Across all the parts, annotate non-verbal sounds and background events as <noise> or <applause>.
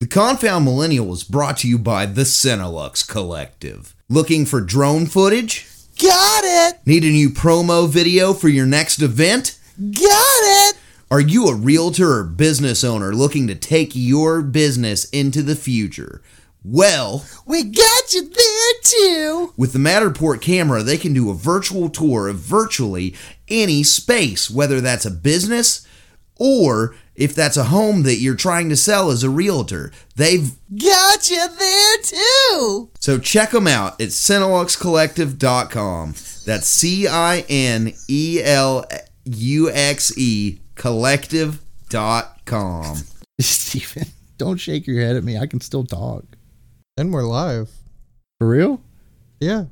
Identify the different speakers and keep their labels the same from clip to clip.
Speaker 1: The Confound Millennial was brought to you by the Cinelux Collective. Looking for drone footage?
Speaker 2: Got it!
Speaker 1: Need a new promo video for your next event?
Speaker 2: Got it!
Speaker 1: Are you a realtor or business owner looking to take your business into the future? Well,
Speaker 2: We got you there too!
Speaker 1: With the Matterport camera, they can do a virtual tour of virtually any space, whether that's a business or if that's a home that you're trying to sell as a realtor. They've
Speaker 2: Got you there too!
Speaker 1: so check them out at CineluxCollective.com. That's C I N E L U X E Collective.com.
Speaker 3: <laughs> Stephen, don't shake your head at me. I can still talk.
Speaker 4: And we're live.
Speaker 3: For real?
Speaker 4: Yeah.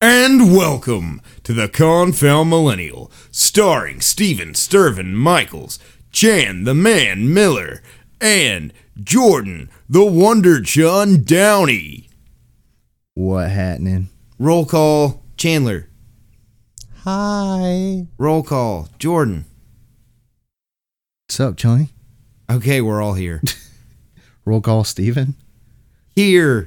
Speaker 1: And welcome to the Confound Millennial, starring Steven Sturvin Michaels, Chan the Man Miller, and Jordan the Wonder Chun Downey.
Speaker 3: What happening?
Speaker 1: Roll call Chandler.
Speaker 4: Hi.
Speaker 1: Roll call Jordan.
Speaker 3: What's up, Johnny?
Speaker 1: Okay, we're all
Speaker 3: <laughs>
Speaker 1: here.
Speaker 3: Roll call, Stephen. <laughs>
Speaker 1: Here.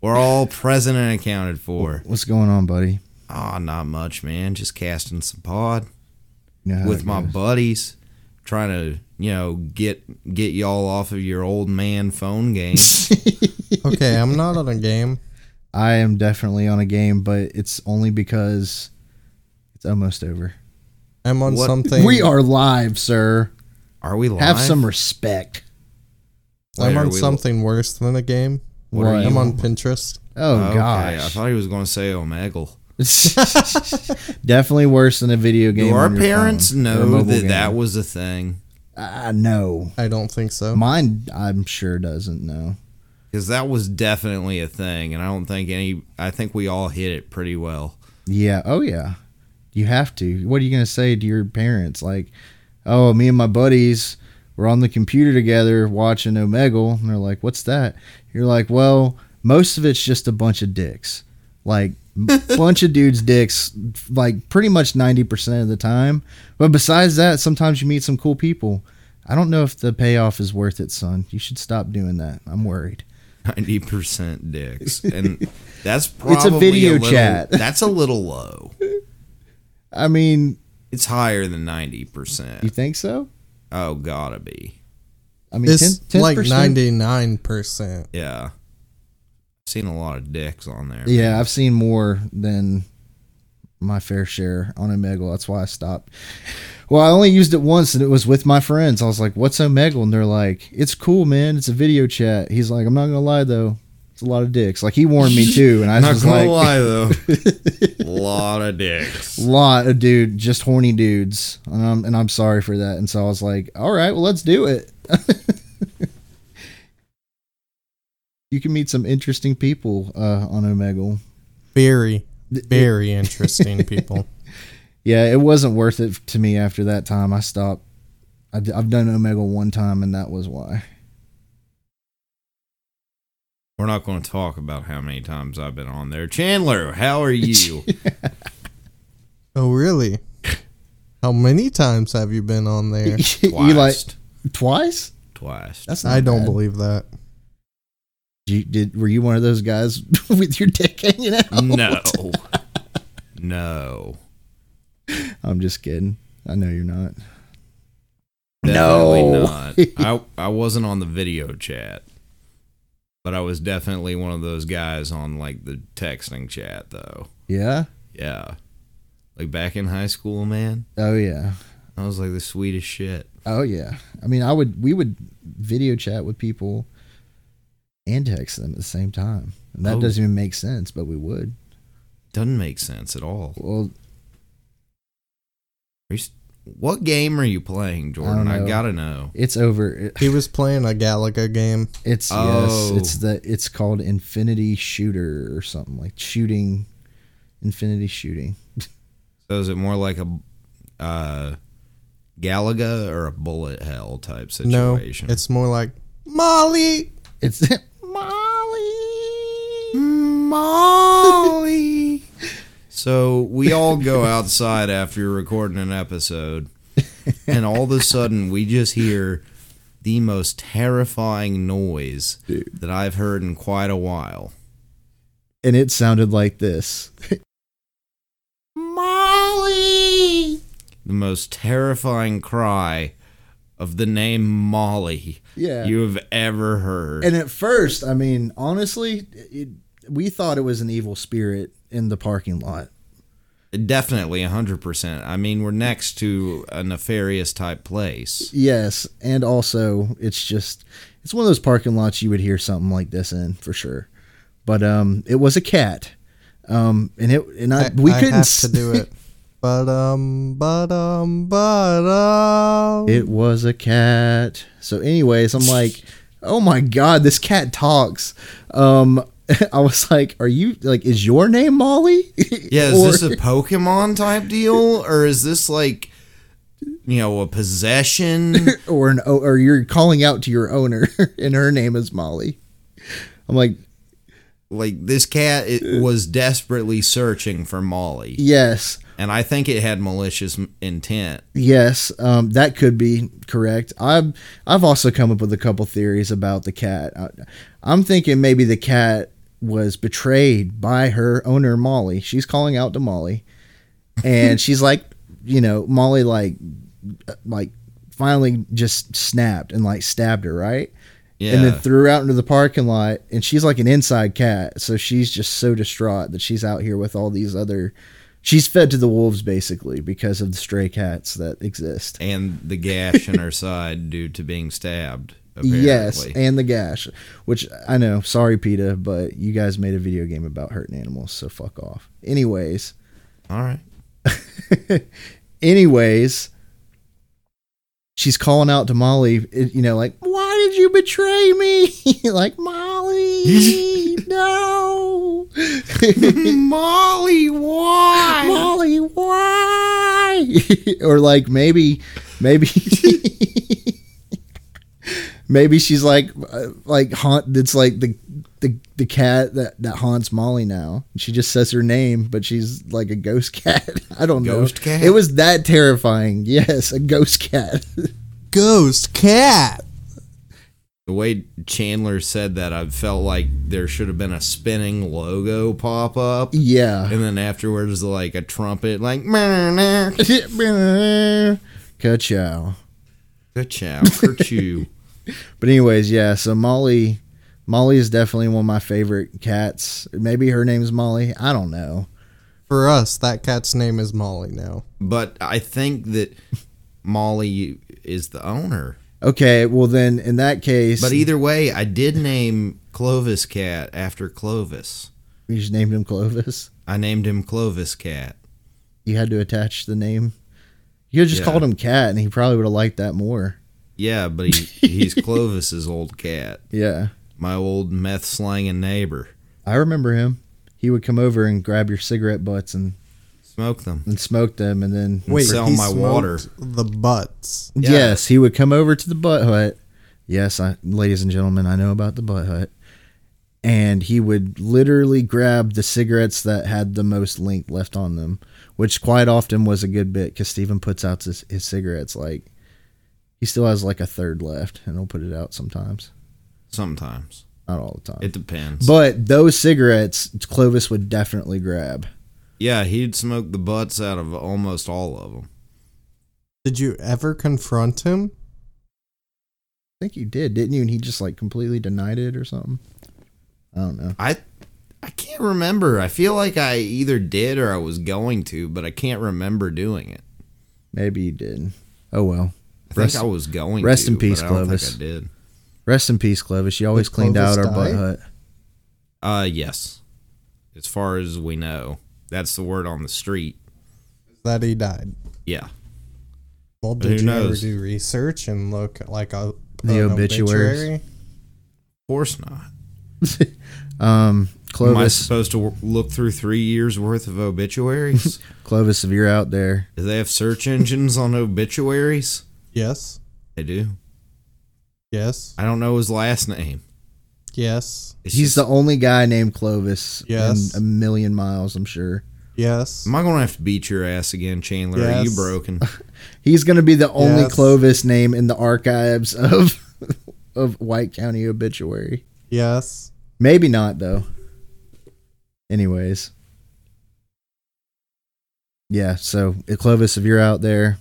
Speaker 1: we're all present and accounted for.
Speaker 3: What's going on, buddy?
Speaker 1: Ah, not much, man. Just casting some pod.
Speaker 3: You know how
Speaker 1: with
Speaker 3: it
Speaker 1: my
Speaker 3: goes.
Speaker 1: buddies trying to you know get get y'all off of your old man phone
Speaker 3: <laughs>
Speaker 1: game
Speaker 4: Okay, I'm not on a game.
Speaker 3: I am definitely on a game, but it's only because it's almost over.
Speaker 4: I'm on
Speaker 1: What-
Speaker 4: something.
Speaker 3: We are live, sir.
Speaker 1: are we live?
Speaker 3: Have some respect.
Speaker 4: I'm
Speaker 1: Wait, are
Speaker 4: on
Speaker 1: we-
Speaker 4: something worse than a game.
Speaker 3: What are
Speaker 4: I'm
Speaker 3: you
Speaker 4: on Pinterest.
Speaker 3: Oh
Speaker 1: Okay, i
Speaker 3: gosh.
Speaker 1: thought he was going to say omegle
Speaker 3: <laughs> definitely worse than a video game.
Speaker 1: do our
Speaker 3: on your
Speaker 1: parents
Speaker 3: phone or a
Speaker 1: know
Speaker 3: mobile
Speaker 1: that
Speaker 3: game.
Speaker 1: that was a thing
Speaker 3: I know.
Speaker 4: I don't think so.
Speaker 3: Mine, I'm sure doesn't know.
Speaker 1: because that was definitely a thing and i don't think any i think we all hit it pretty well
Speaker 3: Yeah. Oh, yeah. You have to. What are you going to say to your parents? Like, oh, me and my buddies were on the computer together watching Omegle. And they're like, what's that? You're like, well, most of it's just a bunch of dicks. Like,
Speaker 4: <laughs>
Speaker 3: bunch of dudes' dicks, like pretty much 90% of the time. But besides that, sometimes you meet some cool people. I don't know if the payoff is worth it, son. You should stop doing that. I'm worried.
Speaker 1: 90%
Speaker 3: <laughs>
Speaker 1: dicks and that's probably
Speaker 3: video
Speaker 1: little-
Speaker 3: chat. <laughs>
Speaker 1: that's a little low
Speaker 3: I mean,
Speaker 1: it's higher than
Speaker 3: you
Speaker 1: 90%
Speaker 3: think so?
Speaker 1: oh gotta be
Speaker 3: I mean,
Speaker 4: It's
Speaker 3: 10, 10%?
Speaker 4: like 99%.
Speaker 1: yeah seen a lot of dicks on there
Speaker 3: Yeah, I've seen more than my fair share on Omegle. That's why I stopped. Well, I only used it once and it was with my friends. I was like, What's Omegle? And they're like, It's cool, man. It's a video chat. He's like, I'm not gonna lie though. It's a lot of dicks. Like he
Speaker 1: <laughs>
Speaker 3: warned me too, and I
Speaker 1: Not
Speaker 3: was
Speaker 1: gonna
Speaker 3: like
Speaker 1: lie
Speaker 3: <laughs>
Speaker 1: though, lot of dicks.
Speaker 3: lot of dude, just horny dudes. And I'm and I'm sorry for that. And so I was like, All right, well let's do it. <laughs> you can meet some interesting people uh, on Omegle.
Speaker 4: Very,
Speaker 3: <laughs>
Speaker 4: very interesting people.
Speaker 3: yeah, it wasn't worth it to me after that time. I stopped. I d- I've done Omega one time, and that was <laughs> why.
Speaker 1: We're not going to talk about how many times I've been on there. Chandler, how are you?
Speaker 4: Oh, really? How many times have you been on
Speaker 3: <laughs>
Speaker 4: there?
Speaker 3: <laughs> you like
Speaker 1: Twice.
Speaker 3: twice?
Speaker 1: Twice.
Speaker 3: That's not
Speaker 4: I don't
Speaker 3: bad.
Speaker 4: believe that.
Speaker 3: You, did were you one of those guys <laughs> with your dick hanging out?
Speaker 1: No.
Speaker 3: <laughs>
Speaker 1: no.
Speaker 3: I'm just kidding. I know you're not.
Speaker 1: Definitely
Speaker 3: No.
Speaker 1: not. I I wasn't on the video chat. But I was definitely one of those guys on like the texting chat though.
Speaker 3: Yeah.
Speaker 1: Yeah. Like back in high school, man.
Speaker 3: Oh yeah.
Speaker 1: I was like the sweetest shit.
Speaker 3: Oh yeah. I mean, I would. We would video chat with people and text them at the same time. And that
Speaker 1: Oh.
Speaker 3: doesn't even make sense, but we would.
Speaker 1: Doesn't make sense at all.
Speaker 3: Well,
Speaker 1: Are you s- what game are you playing, Jordan? I
Speaker 3: know.
Speaker 1: gotta know.
Speaker 3: it's over. It-
Speaker 4: He was playing a Galaga game.
Speaker 3: It's
Speaker 1: Oh.
Speaker 3: yes, it's the it's called Infinity Shooter or something like shooting, Infinity Shooting.
Speaker 1: So is it more like a uh, Galaga or a bullet hell type situation?
Speaker 4: No, it's more like Molly.
Speaker 3: It's <laughs> Molly.
Speaker 1: Molly. <laughs> so we all go outside after recording an episode, and all of a sudden we just hear the most terrifying noise that I've heard in quite a while.
Speaker 3: and it sounded like this.
Speaker 2: Molly.
Speaker 1: The most terrifying cry of the name Molly
Speaker 3: Yeah.
Speaker 1: you have ever heard.
Speaker 3: And at first, I mean, honestly, it, we thought it was an evil spirit in the parking lot.
Speaker 1: Definitely, 100%. I mean, we're next to a nefarious type place.
Speaker 3: Yes, and also it's just it's one of those parking lots you would hear something like this in for sure. But um, it was a cat. Um, and it and I,
Speaker 4: I,
Speaker 3: we
Speaker 4: I
Speaker 3: couldn't
Speaker 4: have
Speaker 3: s-
Speaker 4: to
Speaker 3: <laughs>
Speaker 4: do it. But um, but um, but um.
Speaker 3: It was a cat. So, anyways, I'm like, oh my god, this cat talks. Um, <laughs> I was like, are you like, is your name Molly? <laughs>
Speaker 1: Yeah, is
Speaker 3: Or-
Speaker 1: this a Pokemon type deal? Or is this like, you know, a
Speaker 3: <laughs>
Speaker 1: possession?
Speaker 3: or an o- or you're calling out to your owner <laughs> and her name is Molly? I'm like,
Speaker 1: like, this cat it was desperately searching for Molly.
Speaker 3: yes,
Speaker 1: And I think it had malicious m- intent.
Speaker 3: yes, um, that could be correct. I've I've also come up with a couple theories about the cat. I, I'm thinking maybe the cat was betrayed by her owner Molly. She's calling out to Molly, and she's like, you know, Molly like like finally just snapped and like stabbed her right.
Speaker 1: Yeah.
Speaker 3: and then threw her out into the parking lot. And she's like an inside cat, so she's just so distraught that she's out here with all these other. She's fed to the wolves basically because of the stray cats that exist.
Speaker 1: and the gash
Speaker 3: <laughs>
Speaker 1: in her side due to being stabbed, apparently.
Speaker 3: Yes, and the gash, which I know. Sorry, Peta, but you guys made a video game about hurting animals, so fuck off. Anyways,
Speaker 1: All right.
Speaker 3: anyways, she's calling out to Molly, it- you know, like, why did you betray me? <laughs> like,
Speaker 1: <laughs>
Speaker 3: Molly, no. <laughs>
Speaker 1: Molly, why?
Speaker 3: Molly, why? <laughs> or like maybe, maybe, <laughs> maybe she's like, uh, like haunt. That's like the the the cat that that haunts Molly now. She just says her name, but she's like a ghost <laughs> cat. I don't know.
Speaker 1: Ghost cat?
Speaker 3: It was that terrifying. Yes, a ghost cat. <laughs>
Speaker 4: Ghost cat.
Speaker 1: The way Chandler said that, I felt like there should have been a spinning logo pop up.
Speaker 3: yeah. <laughs>
Speaker 1: And then afterwards, like a trumpet, like,
Speaker 3: <laughs>
Speaker 1: "Meh, meh."
Speaker 3: Ka-chow.
Speaker 1: ka-chow, ka-choo.
Speaker 3: But anyways, yeah. So Molly, Molly is definitely one of my favorite cats. Maybe her name's Molly. I don't know.
Speaker 4: For us, that cat's name is Molly now.
Speaker 1: But I think
Speaker 3: <laughs>
Speaker 1: that Molly is the owner.
Speaker 3: Okay, well then in that case,
Speaker 1: But either way, I did name Clovis Cat after Clovis.
Speaker 3: <laughs> you just named him Clovis.
Speaker 1: I named him Clovis Cat.
Speaker 3: You had to attach the name. You could've just
Speaker 1: Yeah.
Speaker 3: called him Cat, and he probably would have liked that more.
Speaker 1: Yeah, but he,
Speaker 3: <laughs>
Speaker 1: he's Clovis's old cat,
Speaker 3: Yeah,
Speaker 1: my old meth slanging neighbor.
Speaker 3: I remember him. He would come over and grab your cigarette butts and,
Speaker 1: Smoke them.
Speaker 3: and smoke them, and then
Speaker 1: Wait, sell
Speaker 4: he
Speaker 1: my
Speaker 4: smoked
Speaker 1: water.
Speaker 4: The butts.
Speaker 1: yeah.
Speaker 3: yes, he would come over to the butt hut. Yes, I, ladies and gentlemen, I know about the butt hut. And he would literally grab the cigarettes that had the most link left on them, which quite often was a good bit because Steven puts out his, his cigarettes like he still has like a third left and he'll put it out sometimes,
Speaker 1: Sometimes.
Speaker 3: not all the time.
Speaker 1: It depends.
Speaker 3: but those cigarettes, Clovis would definitely grab.
Speaker 1: yeah, he'd smoke the butts out of almost all of them.
Speaker 4: Did you ever confront him?
Speaker 3: I think you did, didn't you? And he just like completely denied it or something. I don't know.
Speaker 1: I I can't remember. I feel like I either did or I was going to, but I can't remember doing it.
Speaker 3: Maybe you did. Oh well.
Speaker 1: I
Speaker 3: Rest-
Speaker 1: think I was going
Speaker 3: rest
Speaker 1: to,
Speaker 3: in peace,
Speaker 1: but I don't
Speaker 3: Clovis.
Speaker 1: Think I did.
Speaker 3: Rest in peace, Clovis. You always
Speaker 4: Did
Speaker 3: cleaned out
Speaker 4: Clovis
Speaker 3: our butt
Speaker 4: die?
Speaker 3: hut.
Speaker 1: Uh yes. As far as we know. That's the word on the street.
Speaker 4: That he died.
Speaker 1: Yeah.
Speaker 4: Well, did
Speaker 1: Who
Speaker 4: you
Speaker 1: knows?
Speaker 4: ever do research and look at, like a
Speaker 3: The
Speaker 4: an
Speaker 3: obituaries.
Speaker 4: obituary?
Speaker 1: Of course not. Am
Speaker 3: Um,
Speaker 1: I
Speaker 3: Clovis,
Speaker 1: supposed to w- look through three years worth of
Speaker 3: <laughs>
Speaker 1: obituaries?
Speaker 3: Clovis, if you're out there,
Speaker 1: do they have search engines on obituaries?
Speaker 4: Yes,
Speaker 1: They do.
Speaker 4: yes,
Speaker 1: I don't know his last name.
Speaker 4: yes,
Speaker 1: It's
Speaker 3: he's the only guy named Clovis
Speaker 4: Yes.
Speaker 3: in a million miles. I'm sure
Speaker 4: yes.
Speaker 1: Am I gonna have to beat your ass again, Chandler? Are you
Speaker 3: <laughs>
Speaker 4: Yes.
Speaker 1: broken?
Speaker 3: he's gonna be the only
Speaker 4: Yes.
Speaker 3: Clovis name in the archives of <laughs> of White County obituary.
Speaker 4: Yes.
Speaker 3: Maybe not though. Anyways. Yeah, so uh, Clovis, if you're out there,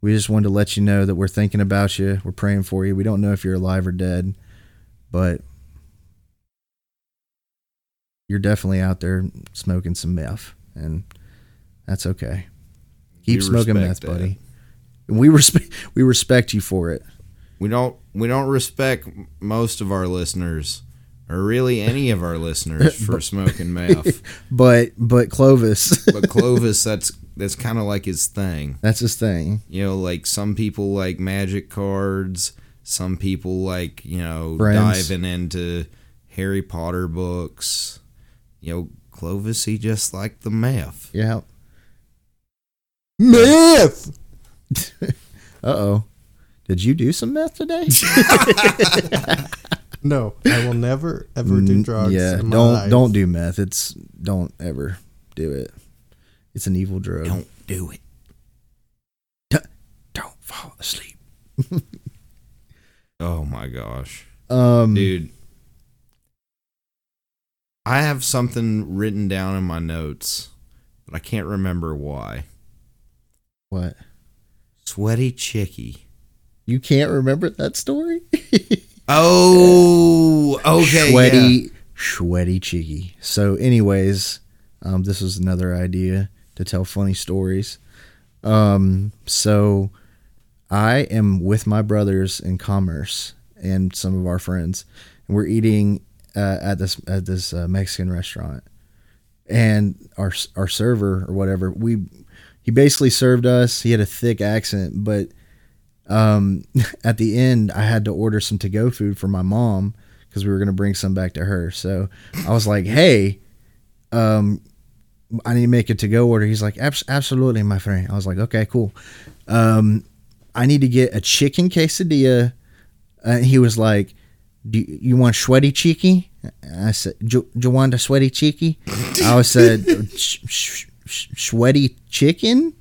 Speaker 3: we just wanted to let you know that we're thinking about you. We're praying for you. We don't know if you're alive or dead, but you're definitely out there smoking some meth, and that's okay.
Speaker 1: We
Speaker 3: Keep smoking meth,
Speaker 1: respect that.
Speaker 3: buddy. And we respect we respect you for it.
Speaker 1: We don't we don't respect m- most of our listeners, or really any of our
Speaker 3: <laughs>
Speaker 1: listeners, for smoking meth.
Speaker 3: But but Clovis, <laughs>
Speaker 1: But Clovis, that's that's kind of like his thing.
Speaker 3: that's his thing.
Speaker 1: You know, like some people like magic cards, some people like you know
Speaker 3: Friends.
Speaker 1: diving into Harry Potter books. You know, Clovis, he just liked the meth.
Speaker 3: Yeah.
Speaker 4: Myth.
Speaker 3: Uh oh. Did you do some meth today?
Speaker 4: No, I will <laughs> never ever do
Speaker 3: N-
Speaker 4: drugs.
Speaker 3: Yeah,
Speaker 4: in my
Speaker 3: don't
Speaker 4: life.
Speaker 3: don't do meth. It's don't ever do it. It's an evil drug.
Speaker 1: Don't do it.
Speaker 3: don't fall asleep.
Speaker 1: Oh my gosh,
Speaker 3: Um,
Speaker 1: dude. I have something written down in my notes, but I can't remember why.
Speaker 3: what?
Speaker 1: Sweaty Chicky.
Speaker 3: You can't remember that story? <laughs>
Speaker 1: Oh, okay.
Speaker 3: sweaty,
Speaker 1: yeah.
Speaker 3: sweaty cheeky. So, anyways, um, this was another idea to tell funny stories. Um, so I am with my brothers in commerce and some of our friends, and we're eating uh, at this at this uh, Mexican restaurant, and our our server or whatever we he basically served us. He had a thick accent, but um, <laughs> at the end, I had to order some to go food for my mom because we were going to bring some back to her. So I was like, hey, um, I need to make a to go order. He's like, Abs- absolutely, my friend. I was like, okay, cool. Um, I need to get a chicken quesadilla. And he was like, do you, you want sweaty cheeky? I said, do do you want a sweaty cheeky? I said, "Sh- sh- sh- sweaty chicken?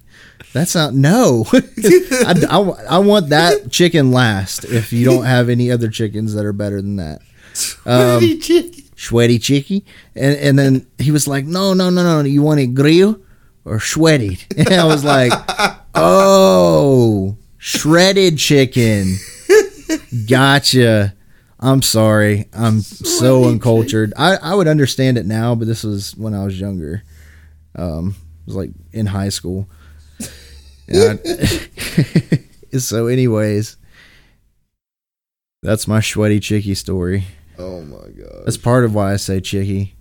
Speaker 3: That's not no. <laughs> I, I, I want that chicken last. If you don't have any other chickens that are better than that,
Speaker 2: Sweaty chicken.
Speaker 3: sweaty Um, chicky. And and then he was like, no, no, no, no. You want it grilled or shredded? <laughs> And I was like, oh, shredded chicken. Gotcha. I'm sorry. I'm so uncultured. I, I would understand it now, but this was when I was younger. Um, it was like in high school. And I- <laughs> so, anyways, that's my sweaty chicky story.
Speaker 1: Oh my god.
Speaker 3: That's part of why I say chicky.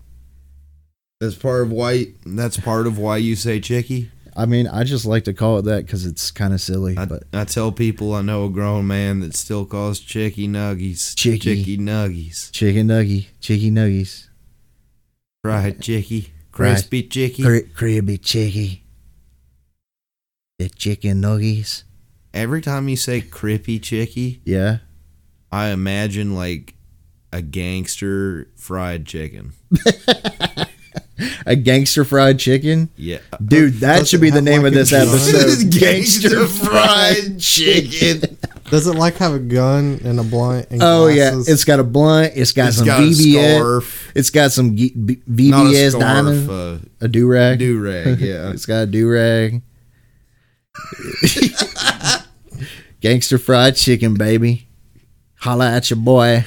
Speaker 1: That's part of why. That's part of why you say Chicky.
Speaker 3: I mean, I just like to call it that because it's kind of silly.
Speaker 1: I,
Speaker 3: but
Speaker 1: I tell people I know a grown man that still calls Chicky Nuggies.
Speaker 3: Chicky.
Speaker 1: Chicky Nuggies.
Speaker 3: chicken nuggy, chicky nuggies,
Speaker 1: Fried Chicky.
Speaker 3: Fried.
Speaker 1: Crispy Chicky.
Speaker 3: Cri- cribby chicky, the chicken nuggies.
Speaker 1: Every time you say Crippy Chicky,
Speaker 3: Yeah, <laughs>
Speaker 1: I imagine like a gangster fried chicken.
Speaker 3: a gangster fried chicken,
Speaker 1: Yeah.
Speaker 3: dude. That
Speaker 4: Does
Speaker 3: should
Speaker 4: it
Speaker 3: be the
Speaker 4: have
Speaker 3: name of
Speaker 4: like a
Speaker 3: this
Speaker 4: gun?
Speaker 3: episode.
Speaker 5: Gangster fried chicken.
Speaker 4: Does it like have a gun and a blunt? And
Speaker 3: Oh yeah,
Speaker 4: glasses?
Speaker 3: it's got a blunt. It's got
Speaker 1: It's
Speaker 3: some
Speaker 1: got a
Speaker 3: VBS.
Speaker 1: scarf.
Speaker 3: It's got some G- B-
Speaker 1: Not a
Speaker 3: VBS
Speaker 1: scarf.
Speaker 3: diamond.
Speaker 1: Uh,
Speaker 3: A do rag.
Speaker 1: do rag.
Speaker 3: <laughs>
Speaker 1: Yeah.
Speaker 3: It's got a do rag. <laughs> Gangster fried chicken, baby. Holla at your boy.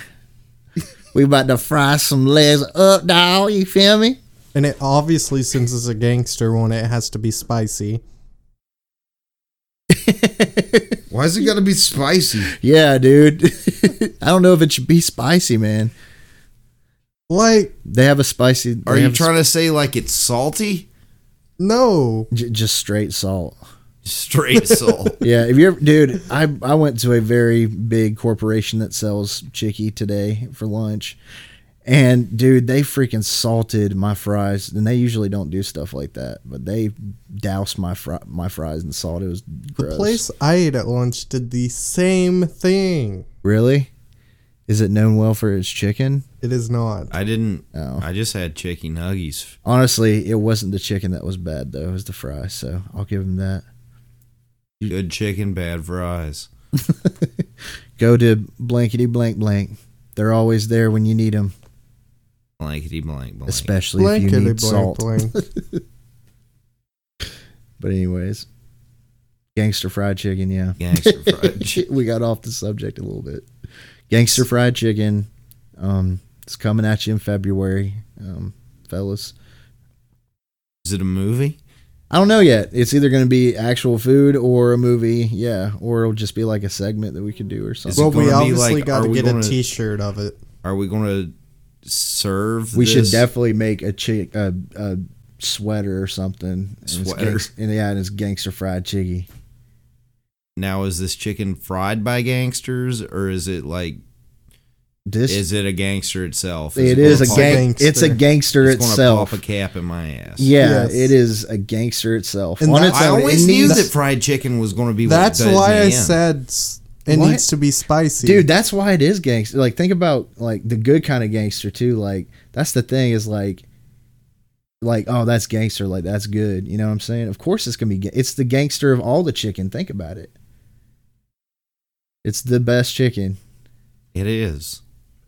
Speaker 3: We about to fry some legs up, dog. You feel me?
Speaker 4: and it obviously since it's a gangster one, it has to be spicy.
Speaker 1: Why is it gotta be spicy?
Speaker 3: Yeah, dude. <laughs> I don't know if it should be spicy, man.
Speaker 4: Like
Speaker 3: They have a spicy.
Speaker 1: Are
Speaker 3: they
Speaker 1: you
Speaker 3: have a
Speaker 1: trying to say like it's salty?
Speaker 4: no,
Speaker 3: sp- j- just straight salt?
Speaker 1: Straight
Speaker 3: <laughs>
Speaker 1: salt.
Speaker 3: Yeah, if you ever, dude, I I went to a very big corporation that sells chicky today for lunch, and dude, they freaking salted my fries, and they usually don't do stuff like that, but they doused my fri- my fries in salt. It was gross.
Speaker 4: the place I ate at lunch did the same thing.
Speaker 3: really? Is it known well for its chicken?
Speaker 4: It is not.
Speaker 1: I didn't.
Speaker 3: Oh.
Speaker 1: I just had chicky nuggies.
Speaker 3: Honestly, it wasn't the chicken that was bad though; it was the fries. So I'll give them that.
Speaker 1: Good chicken, bad fries.
Speaker 3: Go to blankety blank blank. They're always there when you need them,
Speaker 1: Blankety blank blank.
Speaker 3: especially if you
Speaker 4: Blankety
Speaker 3: need
Speaker 4: blank
Speaker 3: salt.
Speaker 4: blank.
Speaker 3: <laughs> But anyways, gangster fried chicken. Yeah,
Speaker 1: Gangster
Speaker 3: <laughs>
Speaker 1: <laughs> fried chicken.
Speaker 3: we got off the subject a little bit. Gangster fried chicken. Um, it's coming at you in February, um, fellas.
Speaker 1: Is it a movie?
Speaker 3: I don't know yet. It's either going to be actual food or a movie, yeah, or it'll just be like a segment that we could do or something.
Speaker 4: Well, we
Speaker 1: gonna be
Speaker 4: obviously
Speaker 1: like,
Speaker 4: got
Speaker 1: are
Speaker 4: to
Speaker 1: we
Speaker 4: get a
Speaker 1: gonna-
Speaker 4: T-shirt of it.
Speaker 1: Are we going to serve?
Speaker 3: we should
Speaker 1: this?
Speaker 3: definitely make a chick a, a sweater or something. and it's
Speaker 1: Sweater.
Speaker 3: gangs- and yeah, and it's gangster fried chicky.
Speaker 1: Now is this chicken fried by gangsters or is it like
Speaker 3: This
Speaker 1: is it a gangster itself?
Speaker 3: it
Speaker 1: it
Speaker 3: is a
Speaker 1: gonna pop-
Speaker 3: gang.
Speaker 4: Gangster.
Speaker 3: It's a gangster
Speaker 1: it's
Speaker 3: itself.
Speaker 1: Gonna pop a cap in my ass.
Speaker 3: yeah,
Speaker 4: Yes.
Speaker 3: it is a gangster itself.
Speaker 4: And
Speaker 3: On
Speaker 4: that-
Speaker 3: its
Speaker 1: I
Speaker 3: own, it
Speaker 1: always knew
Speaker 3: needs-
Speaker 1: that fried chicken was going to be.
Speaker 4: That's
Speaker 1: what does
Speaker 4: why
Speaker 1: me
Speaker 4: I
Speaker 1: in.
Speaker 4: said s- it
Speaker 3: What?
Speaker 4: needs to be spicy,
Speaker 3: dude that's why it is gangster like think about like the good kind of gangster too like that's the thing is like like oh that's gangster like that's good you know what i'm saying of course it's gonna be ga- it's the gangster of all the chicken think about it it's the best chicken
Speaker 1: it is.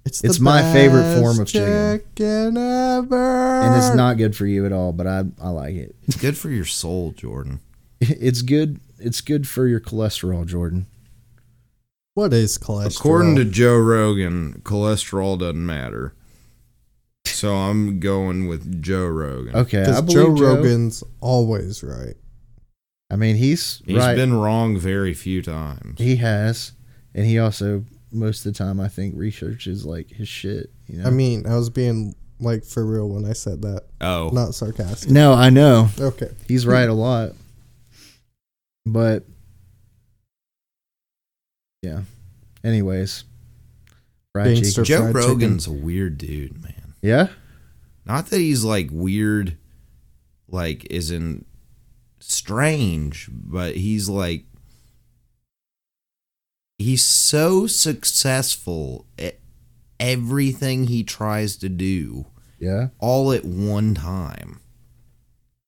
Speaker 4: the
Speaker 3: it's my favorite form
Speaker 4: best
Speaker 3: of chicken.
Speaker 4: chicken ever.
Speaker 3: and it's not good for you at all but i i like it <laughs>
Speaker 1: It's good for your soul, Jordan.
Speaker 3: it's good it's good for your cholesterol jordan
Speaker 4: What is <laughs> cholesterol?
Speaker 1: According to Joe Rogan, cholesterol doesn't matter. So I'm going with Joe Rogan.
Speaker 3: okay i
Speaker 4: because
Speaker 3: believe
Speaker 4: Joe Rogan's always right.
Speaker 3: i mean he's,
Speaker 1: He's
Speaker 3: right
Speaker 1: been wrong very few times.
Speaker 3: He has, and he also most of the time I think researches like his shit. You know.
Speaker 4: I mean, I was being like for real when I said that,
Speaker 1: Oh,
Speaker 4: not sarcastic.
Speaker 3: no, I know
Speaker 4: Okay,
Speaker 3: he's right a lot, but yeah. Anyways, fried
Speaker 4: Gangster.
Speaker 3: chicken.
Speaker 1: Joe
Speaker 4: fried chicken.
Speaker 1: Rogan's a weird dude, man.
Speaker 3: Yeah,
Speaker 1: Not that he's like weird, like is in strange, but he's like he's so successful at everything he tries to do
Speaker 3: yeah.
Speaker 1: all at one time.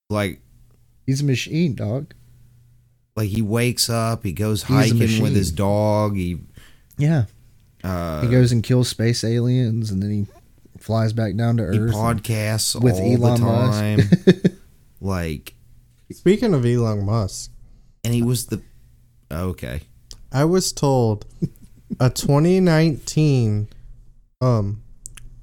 Speaker 1: Like
Speaker 3: He's a machine dog.
Speaker 1: like he wakes up, he goes
Speaker 3: He's a
Speaker 1: hiking with
Speaker 3: machine.
Speaker 1: his dog, he
Speaker 3: Yeah,
Speaker 1: uh
Speaker 3: he goes and kills space aliens, and then he flies back down to
Speaker 1: he
Speaker 3: Earth.
Speaker 1: podcasts
Speaker 3: with
Speaker 1: all
Speaker 3: Elon
Speaker 1: the
Speaker 3: Musk.
Speaker 1: time.
Speaker 3: <laughs>
Speaker 1: like
Speaker 4: speaking of Elon Musk,
Speaker 1: and he was the okay.
Speaker 4: I was told
Speaker 3: <laughs>
Speaker 4: a 2019, um,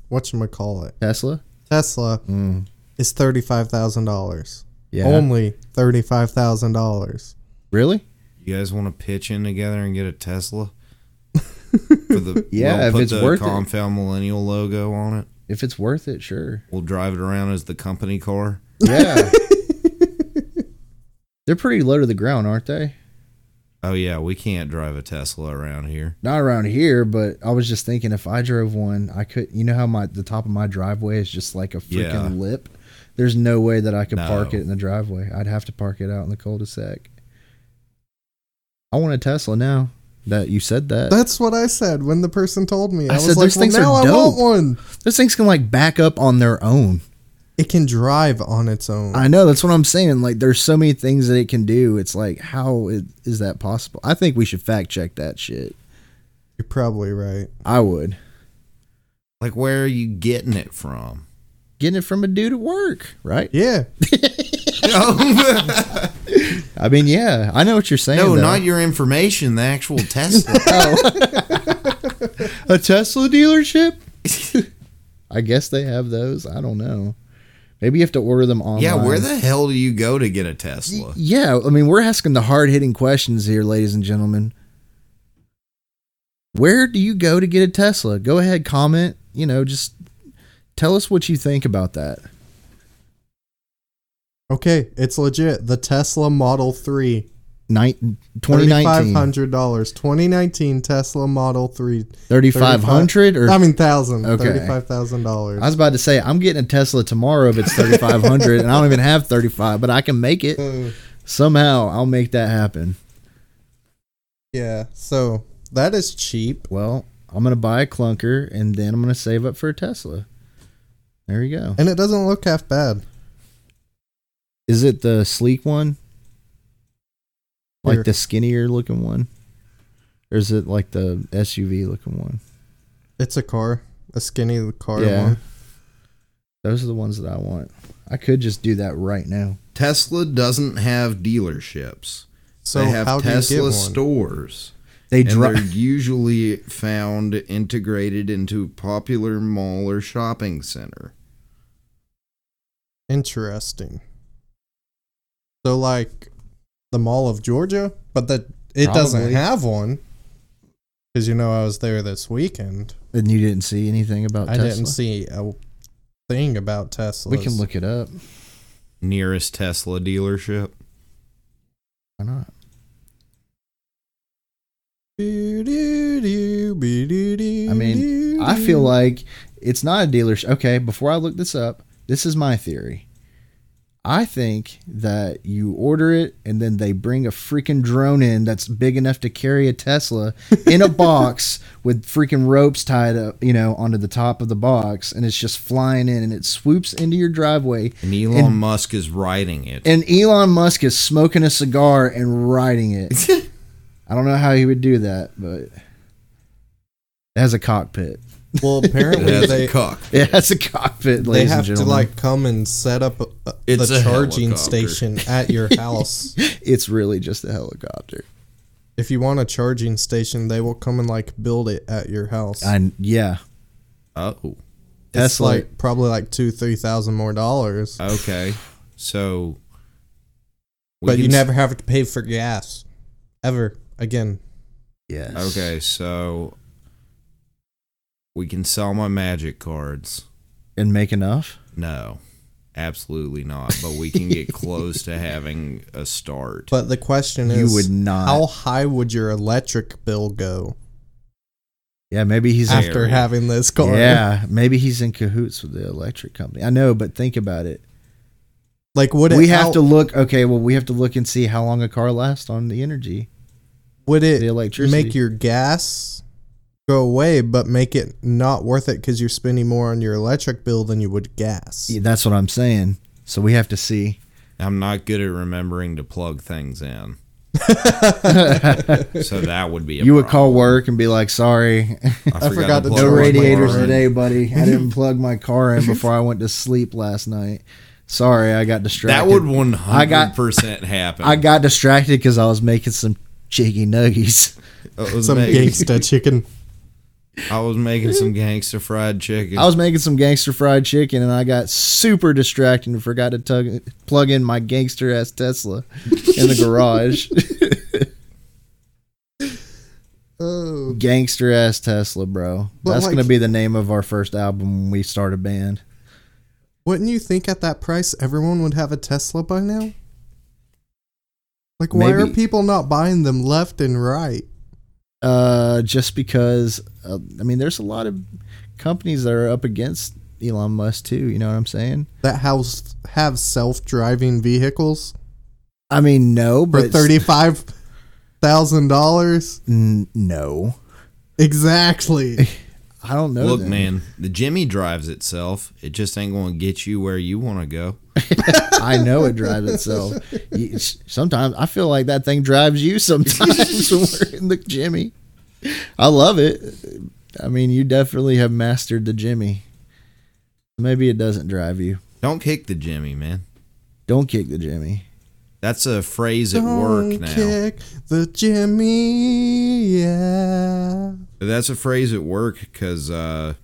Speaker 4: what call it
Speaker 3: Tesla.
Speaker 4: Tesla
Speaker 3: Mm.
Speaker 4: is thirty five thousand dollars.
Speaker 3: Yeah.
Speaker 4: Only thirty five thousand dollars.
Speaker 3: really?
Speaker 1: You guys want to pitch in together and get a Tesla? For the
Speaker 3: <laughs> Yeah,
Speaker 1: we'll
Speaker 3: if
Speaker 1: put
Speaker 3: it's
Speaker 1: the
Speaker 3: worth it.
Speaker 1: Confound Millennial logo on it.
Speaker 3: If it's worth
Speaker 1: <laughs>
Speaker 3: it, sure.
Speaker 1: We'll drive it around as the company car.
Speaker 3: Yeah. They're pretty low to the ground, aren't they?
Speaker 1: Oh yeah, we can't drive a Tesla around here.
Speaker 3: not around here, but I was just thinking if I drove one, I could. You know how my the top of my driveway is just like a freaking
Speaker 1: Yeah.
Speaker 3: lip. There's no way that I could park
Speaker 1: No.
Speaker 3: it in the driveway. I'd have to park it out in the cul-de-sac. I want a Tesla now that you said that.
Speaker 4: That's what I said when the person told me.
Speaker 3: I
Speaker 4: I, was
Speaker 3: said,
Speaker 4: like,
Speaker 3: "Those
Speaker 4: well,
Speaker 3: things
Speaker 4: now
Speaker 3: are
Speaker 4: I
Speaker 3: dope."
Speaker 4: want one.
Speaker 3: Those things can like back up on their own.
Speaker 4: It can drive on its own.
Speaker 3: I know that's what I'm saying. Like there's so many things that it can do. It's like how is, is that possible? I think we should fact check that shit.
Speaker 4: You're probably right.
Speaker 3: I would
Speaker 1: Like, where are you getting it from?
Speaker 3: getting it from a dude at work, right?
Speaker 4: Yeah.
Speaker 1: no,
Speaker 3: I mean, yeah, I know what you're saying. though.
Speaker 1: not your information. The actual Tesla.
Speaker 3: a Tesla dealership? <laughs> I guess they have those. I don't know. Maybe you have to order them <laughs> online.
Speaker 1: yeah, where the hell do you go to get a Tesla?
Speaker 3: Yeah, I mean, we're asking the hard hitting questions here, ladies and gentlemen. Where do you go to get a Tesla? Go ahead, comment. You know, just tell us what you think about that.
Speaker 4: Okay, it's legit. The Tesla Model 3.
Speaker 3: Night, 2019.
Speaker 4: $3,500. 2019 Tesla Model 3.
Speaker 3: 3500 or
Speaker 4: I mean, thousand.
Speaker 3: Okay.
Speaker 4: $35,000.
Speaker 3: I was about to say I'm getting a Tesla tomorrow if it's 3500 and I don't even have 35, but I can make it.
Speaker 4: Uh,
Speaker 3: Somehow I'll make that happen.
Speaker 4: yeah, so that is cheap.
Speaker 3: Well, I'm gonna buy a clunker and then I'm gonna save up for a Tesla. There you go.
Speaker 4: And it doesn't look half bad.
Speaker 3: Is it the sleek one?
Speaker 4: Here.
Speaker 3: Like the skinnier looking one? Or is it like the SUV looking one?
Speaker 4: It's a car, a skinny car
Speaker 3: Yeah.
Speaker 4: one.
Speaker 3: Those are the ones that I want. I could just do that right now.
Speaker 1: Tesla doesn't have dealerships.
Speaker 4: So
Speaker 1: they have
Speaker 4: how do you get
Speaker 1: Tesla
Speaker 4: one?
Speaker 1: stores.
Speaker 3: They
Speaker 1: and they're
Speaker 3: drive.
Speaker 1: usually found integrated into popular mall or shopping center.
Speaker 4: Interesting. So like the Mall of Georgia, but that it doesn't
Speaker 3: Probably.
Speaker 4: have one. Because you know I was there this weekend.
Speaker 3: And you didn't see anything about
Speaker 4: I
Speaker 3: Tesla.
Speaker 4: didn't see a thing about Tesla.
Speaker 3: We can look it up.
Speaker 1: Nearest Tesla dealership.
Speaker 3: Why not?
Speaker 4: I
Speaker 3: I mean,
Speaker 4: mean,
Speaker 3: I feel like it's not a dealership. Okay, before I look this up, this is my theory. I think that you order it and then they bring a freaking drone in that's big enough to carry a Tesla in a box with freaking ropes tied up, you know, onto the top of the box and it's just flying in and it swoops into your driveway
Speaker 1: And Elon Musk is riding it.
Speaker 3: and Elon Musk is smoking a cigar and riding it. I don't know how he would do that, but it has a cockpit.
Speaker 4: well, apparently
Speaker 1: That's
Speaker 4: <laughs> they
Speaker 1: a cock.
Speaker 3: <laughs> It has a cockpit,
Speaker 4: they
Speaker 3: ladies
Speaker 4: have
Speaker 3: and
Speaker 4: to
Speaker 3: gentlemen.
Speaker 4: like come and set up a, a-
Speaker 1: It's
Speaker 4: the
Speaker 1: a
Speaker 4: charging
Speaker 1: helicopter. <laughs>
Speaker 4: station at your house.
Speaker 3: <laughs> it's really just a helicopter.
Speaker 4: if you want a charging station, they will come and like build it at your house.
Speaker 3: And yeah,
Speaker 1: Oh,
Speaker 4: That's
Speaker 3: Tesla.
Speaker 4: like probably like two, three thousand more dollars.
Speaker 1: okay. So, we
Speaker 4: But you
Speaker 1: can s-
Speaker 4: never have to pay for gas ever again.
Speaker 3: yes.
Speaker 1: Okay, so we can sell my magic cards.
Speaker 3: And make enough.
Speaker 1: No, absolutely not. But we can get close to having a start.
Speaker 4: But the question
Speaker 3: You
Speaker 4: is,
Speaker 3: would not.
Speaker 4: how high would your electric bill go
Speaker 3: Yeah, maybe he's. in-
Speaker 4: after having this car?
Speaker 3: yeah, maybe he's in cahoots with the electric company. I know, but think about it.
Speaker 4: like would it
Speaker 3: we have
Speaker 4: out-
Speaker 3: to look. Okay, well, we have to look and see how long a car lasts on the energy.
Speaker 4: would it
Speaker 3: the electricity.
Speaker 4: make your gas go away, but make it not worth it because you're spending more on your electric bill than you would gas?
Speaker 3: Yeah, that's what I'm saying. So we have to see.
Speaker 1: I'm not good at remembering to plug things in. so that would be a
Speaker 3: you would
Speaker 1: problem.
Speaker 3: call work and be like, "Sorry,
Speaker 4: I forgot to
Speaker 1: plug
Speaker 3: <laughs> no
Speaker 4: Plug
Speaker 1: my
Speaker 3: radiators
Speaker 1: car in.
Speaker 3: today, buddy. <laughs> I didn't plug my car in before I went to sleep last night. Sorry, I got
Speaker 1: That
Speaker 3: distracted.
Speaker 1: would 100%
Speaker 3: I got-
Speaker 1: happen.
Speaker 3: I got distracted because I was making some chicky nuggies.
Speaker 1: I was,
Speaker 4: Some
Speaker 1: making,
Speaker 3: <laughs>
Speaker 4: gangsta chicken.
Speaker 1: I was making some gangster fried chicken.
Speaker 3: I was making some gangster fried chicken, and I got super distracted and forgot to tug, plug in my gangster ass Tesla in the
Speaker 4: <laughs>
Speaker 3: garage.
Speaker 4: Oh,
Speaker 3: gangster ass Tesla, bro.
Speaker 4: But
Speaker 3: That's
Speaker 4: like-
Speaker 3: gonna be the name of our first album when we start a band.
Speaker 4: wouldn't you think at that price everyone would have a Tesla by now? Like, why are
Speaker 3: Maybe.
Speaker 4: people not buying them left and right?
Speaker 3: Uh, just because uh, I mean, there's a lot of companies that are up against Elon Musk too. You know what I'm saying?
Speaker 4: That house have self driving vehicles
Speaker 3: I mean, no,
Speaker 4: for
Speaker 3: but
Speaker 4: thirty five thousand dollars.
Speaker 3: N- no,
Speaker 4: Exactly.
Speaker 3: I don't know.
Speaker 1: Look,
Speaker 3: then.
Speaker 1: man, the Jimmy drives itself. It just ain't going to get you where you want to go.
Speaker 3: I know it drives itself. <laughs> You- sh- Sometimes I feel like that thing drives you. Sometimes when we're in the Jimmy, I love it. I mean, you definitely have mastered the Jimmy. Maybe it doesn't drive you.
Speaker 1: Don't kick the Jimmy, man.
Speaker 3: Don't kick the Jimmy.
Speaker 1: That's a phrase at work now.
Speaker 4: kick the Jimmy. Yeah.
Speaker 1: That's a phrase at work because, uh,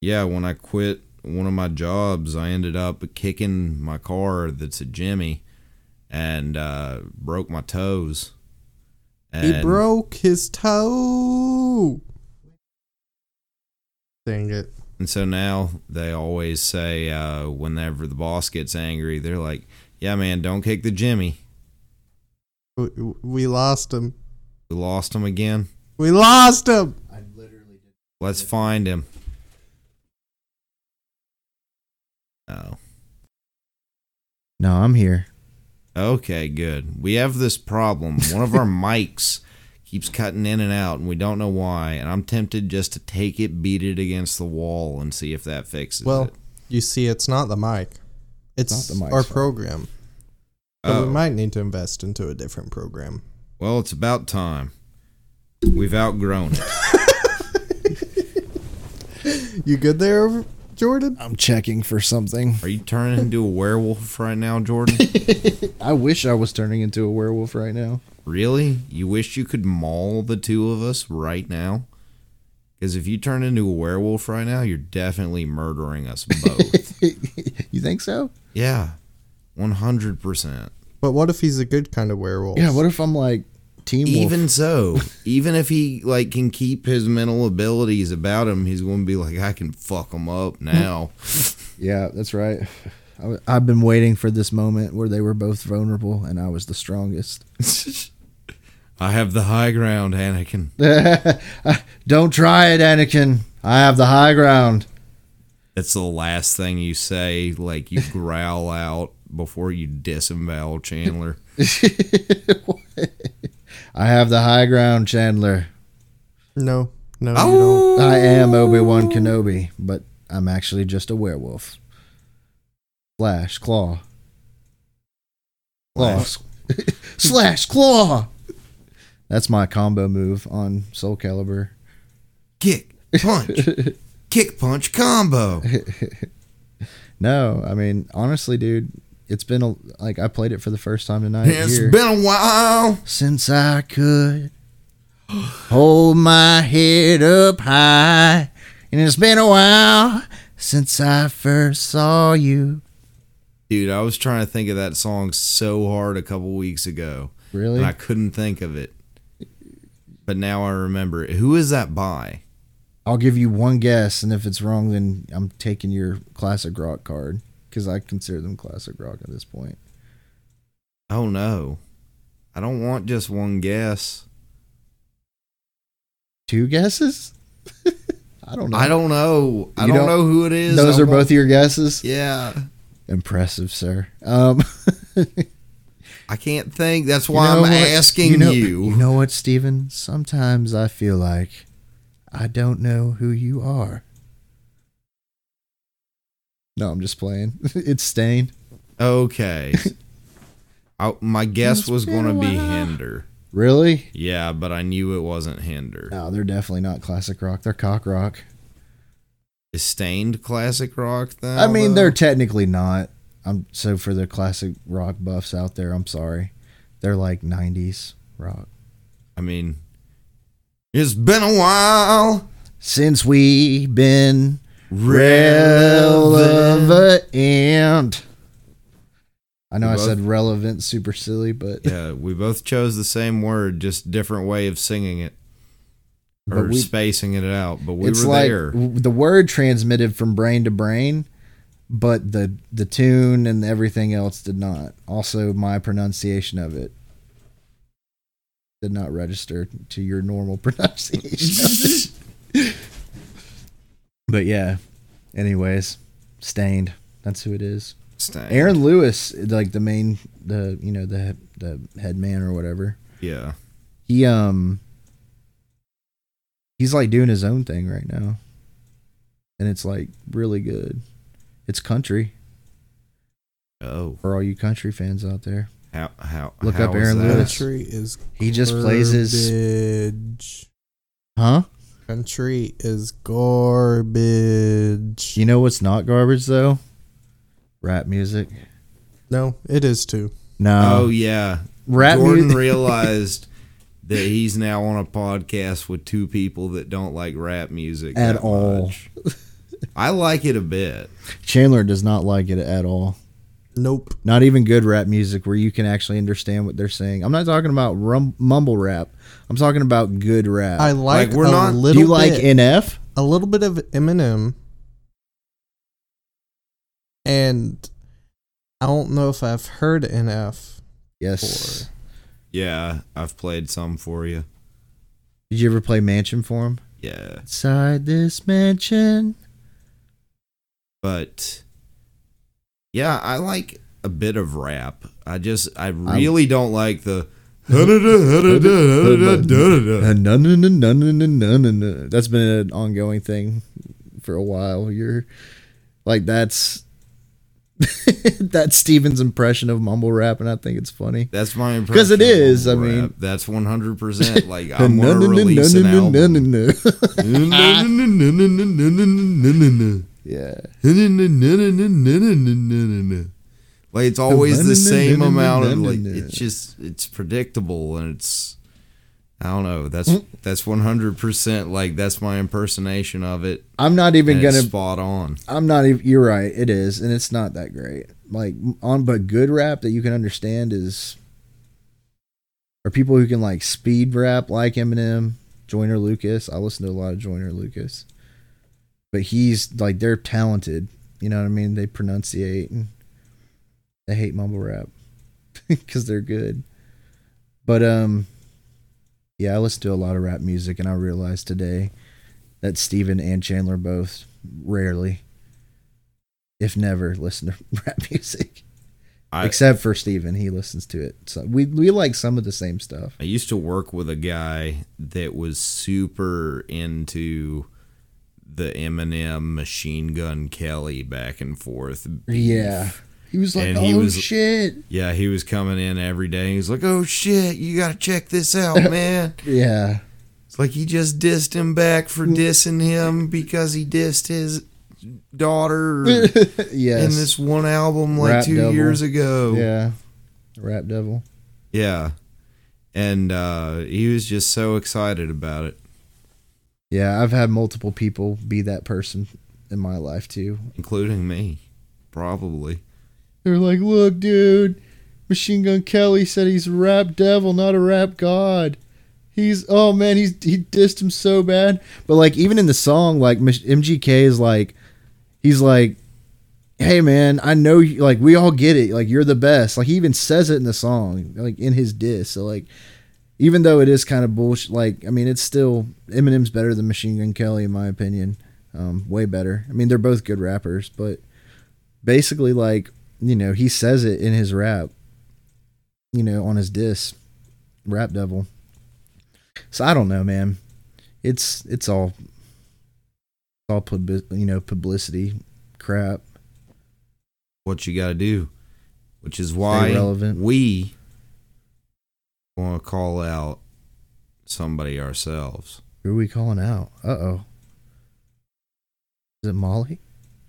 Speaker 1: yeah, when I quit one of my jobs, I ended up kicking my car that's a Jimmy and uh, broke my toes.
Speaker 4: He broke his toe. Dang it.
Speaker 1: And so now they always say, uh, whenever the boss gets angry, they're like, yeah, man, don't kick the Jimmy.
Speaker 4: We- We lost him.
Speaker 1: We lost him again.
Speaker 4: We lost him.
Speaker 1: Let's find him. Oh.
Speaker 3: No, I'm here.
Speaker 1: Okay, good. We have this problem. One of our mics keeps cutting in and out, and we don't know why. And I'm tempted just to take it, beat it against the wall, and see if that fixes
Speaker 4: Well,
Speaker 1: it.
Speaker 4: you see, it's not the mic. It's
Speaker 3: Not the Oh. mic's
Speaker 4: our
Speaker 3: fault.
Speaker 4: program.
Speaker 1: Oh,
Speaker 4: But we might need to invest into a different program.
Speaker 1: Well, it's about time. We've outgrown it.
Speaker 4: You good there, Jordan?
Speaker 3: I'm checking for something.
Speaker 1: Are you turning into a werewolf right now, Jordan?
Speaker 3: I wish I was turning into a werewolf right now. <laughs>
Speaker 1: Really? You wish you could maul the two of us right now? Because if you turn into a werewolf right now, you're definitely murdering us both.
Speaker 3: you think so?
Speaker 1: yeah, 100%.
Speaker 4: But what if he's a good kind of werewolf?
Speaker 3: Yeah. What if I'm like team wolf?
Speaker 1: Even so, even if he like can keep his mental abilities about him, he's going to be like, I can fuck him up
Speaker 3: Hmm.
Speaker 1: now. <laughs>
Speaker 3: Yeah, that's right. <laughs> I w- I've been waiting for this moment where they were both vulnerable and I was the strongest.
Speaker 1: I have the high ground, Anakin.
Speaker 3: <laughs> Don't try it, Anakin. I have the high ground.
Speaker 1: That's the last thing you say. Like you growl out before you disembowel Chandler.
Speaker 3: I have the high ground, Chandler.
Speaker 4: No, no, you
Speaker 3: <laughs>
Speaker 4: don't.
Speaker 3: I am Obi Wan Kenobi, but I'm actually just a werewolf. Slash claw. Claw. Slash <laughs> claw. That's my combo move on Soul Calibur.
Speaker 1: Kick,
Speaker 3: <laughs>
Speaker 1: punch, kick, punch combo.
Speaker 3: No, I mean honestly, dude, it's been a, like I played it for the first time tonight
Speaker 1: It's
Speaker 3: here
Speaker 1: been a while.
Speaker 3: since I could hold my head up high, and it's been a while since I first saw you.
Speaker 1: Dude, I was trying to think of that song so hard a couple weeks ago.
Speaker 3: Really?
Speaker 1: And I couldn't think of it. But now I remember. it. Who is that by?
Speaker 3: I'll give you one guess, and if it's wrong, then I'm taking your classic rock card because I consider them classic rock at this point.
Speaker 1: Oh no. I don't want just one guess.
Speaker 3: Two guesses? <laughs> I don't know.
Speaker 1: I don't know. I
Speaker 3: You
Speaker 1: don't,
Speaker 3: don't-
Speaker 1: know who it is.
Speaker 3: Those
Speaker 1: I
Speaker 3: are
Speaker 1: want-
Speaker 3: both your guesses.
Speaker 1: Yeah.
Speaker 3: Impressive, sir. Um, <laughs>
Speaker 1: I can't think. That's why I'm
Speaker 3: know what?
Speaker 1: asking you.
Speaker 3: know, You know what, Steven? Sometimes I feel like I don't know who you are. No, I'm just playing. <laughs> it's Stain. <laughs>
Speaker 1: Okay. I, my guess
Speaker 3: It's
Speaker 1: was
Speaker 3: been a
Speaker 1: going to be
Speaker 3: while.
Speaker 1: Hinder.
Speaker 3: Really?
Speaker 1: Yeah, but I knew it wasn't Hinder.
Speaker 3: No, they're definitely not classic rock. They're cock rock.
Speaker 1: Is Stained classic rock then?
Speaker 3: I mean,
Speaker 1: although?
Speaker 3: they're technically not. I'm so for the classic rock buffs out there. I'm sorry, they're like '90s rock.
Speaker 1: I mean, it's been a while.
Speaker 3: Since we been relevant, I know
Speaker 1: We
Speaker 3: I
Speaker 1: both-
Speaker 3: said relevant super silly, but
Speaker 1: Yeah, we both chose the same word, just different way of singing it
Speaker 3: But
Speaker 1: or
Speaker 3: we-
Speaker 1: spacing it out. But we
Speaker 3: it's
Speaker 1: were
Speaker 3: like
Speaker 1: there.
Speaker 3: w- the word transmitted from brain to brain, but the the tune and everything else did not. Also, my pronunciation of it did not register to your normal <laughs> pronunciation. of
Speaker 1: <laughs>
Speaker 3: it. but yeah. Anyways, stained. That's who it is.
Speaker 1: Stained.
Speaker 3: Aaron Lewis, like the main, the you know the the head man or whatever.
Speaker 1: Yeah.
Speaker 3: He um he's like doing his own thing right now. And it's like really good. It's country
Speaker 1: Oh,
Speaker 3: for all you country fans out there.
Speaker 1: how how
Speaker 3: Look
Speaker 1: how
Speaker 3: up
Speaker 1: is
Speaker 3: Aaron
Speaker 1: that?
Speaker 3: Lewis.
Speaker 4: Country is
Speaker 3: He just plays his
Speaker 4: garbage.
Speaker 3: Huh?
Speaker 4: Country is garbage.
Speaker 3: You know what's not garbage though? Rap music.
Speaker 4: No, it is too.
Speaker 1: Oh
Speaker 3: No.
Speaker 1: yeah,
Speaker 3: Uh, rap <laughs>
Speaker 1: Jordan
Speaker 3: music.
Speaker 1: realized that he's now on a podcast with two people that don't like rap music
Speaker 3: At
Speaker 1: that
Speaker 3: all.
Speaker 1: much. I like it a bit.
Speaker 3: Chandler does not like it at all.
Speaker 4: Nope.
Speaker 3: Not even good rap music where you can actually understand what they're saying. I'm not talking about rum- mumble rap. I'm talking about good rap.
Speaker 4: I like,
Speaker 1: we're
Speaker 4: a
Speaker 1: not- Do
Speaker 3: Do
Speaker 4: little
Speaker 3: you like
Speaker 4: bit,
Speaker 3: NF?
Speaker 4: a little bit of Eminem, and I don't know if I've heard NF.
Speaker 3: Yes.
Speaker 1: Yeah, I've played some for you.
Speaker 3: Did you ever play Mansion for him?
Speaker 1: Yeah,
Speaker 3: Inside this mansion.
Speaker 1: but yeah, I like a bit of rap. I just I really don't like
Speaker 3: <laughs>
Speaker 1: the.
Speaker 3: Uh, no, no, no, no, no, no, no, no, no. That's been an ongoing thing for a while. You're like that's <laughs> That's Steven's impression of mumble rap, and I think it's funny.
Speaker 1: That's my impression.
Speaker 3: 'Cause it
Speaker 1: of
Speaker 3: is,
Speaker 1: mumble
Speaker 3: I mean-
Speaker 1: rap. that's one hundred
Speaker 3: <laughs>
Speaker 1: percent. Like I'm gonna release an album.
Speaker 3: <laughs> yeah.
Speaker 1: <laughs> Like it's always the same amount of like it's just it's predictable and it's I don't know. That's
Speaker 3: Hmm.
Speaker 1: that's one hundred percent. Like that's my impersonation of it.
Speaker 3: I'm not even
Speaker 1: And it's
Speaker 3: gonna.
Speaker 1: spot on.
Speaker 3: I'm not even. You're right. It is, and it's not that great. Like on, but good rap that you can understand is, are people who can like speed rap like Eminem, Joyner Lucas. I listen to a lot of Joyner Lucas, but he's like they're talented. You know what I mean? They pronunciate and they hate mumble rap <laughs> because they're good. But um, yeah, I listen to a lot of rap music, and I realized today that Steven and Chandler both rarely, if never, listen to <laughs> rap music.
Speaker 1: I,
Speaker 3: Except for Steven, he listens to it. So we we like some of the same stuff.
Speaker 1: I used to work with a guy that was super into the Eminem Machine Gun Kelly back and forth.
Speaker 3: Yeah. He was like,
Speaker 1: And
Speaker 3: "Oh
Speaker 1: he was-
Speaker 3: shit!"
Speaker 1: Yeah, he was coming in every day. He's like, "Oh shit, you gotta check this out,
Speaker 3: <laughs>
Speaker 1: man."
Speaker 3: Yeah,
Speaker 1: It's like he just dissed him back for
Speaker 3: Mm.
Speaker 1: dissing him because he dissed his
Speaker 3: <laughs>
Speaker 1: daughter in
Speaker 3: <laughs> yes,
Speaker 1: this one album like
Speaker 3: Rap
Speaker 1: two
Speaker 3: devil.
Speaker 1: years ago.
Speaker 3: yeah, rap devil.
Speaker 1: Yeah. And uh, he was just so excited about it,
Speaker 3: Yeah, I've had multiple people be that person in my life too.
Speaker 1: including me, probably.
Speaker 3: They're like, "Look, dude, Machine Gun Kelly said he's a rap devil, not a rap god. He's oh man, he's he dissed him so bad." But like even in the song, like Mich- MGK is like, he's like, "Hey man, I know you. Like we all get it. Like you're the best." Like he even says it in the song, like in his diss. So like. Even though it is kind of bullshit, like I mean, it's still Eminem's better than Machine Gun Kelly in my opinion, um, way better. I mean, they're both good rappers, but basically like you know he says it in his rap you know on his diss rap devil so i don't know man it's it's all it's all publi- you know publicity crap
Speaker 1: What you gotta do, which is why
Speaker 3: relevant.
Speaker 1: we want to call out somebody ourselves.
Speaker 3: who are we calling out uh-oh is it molly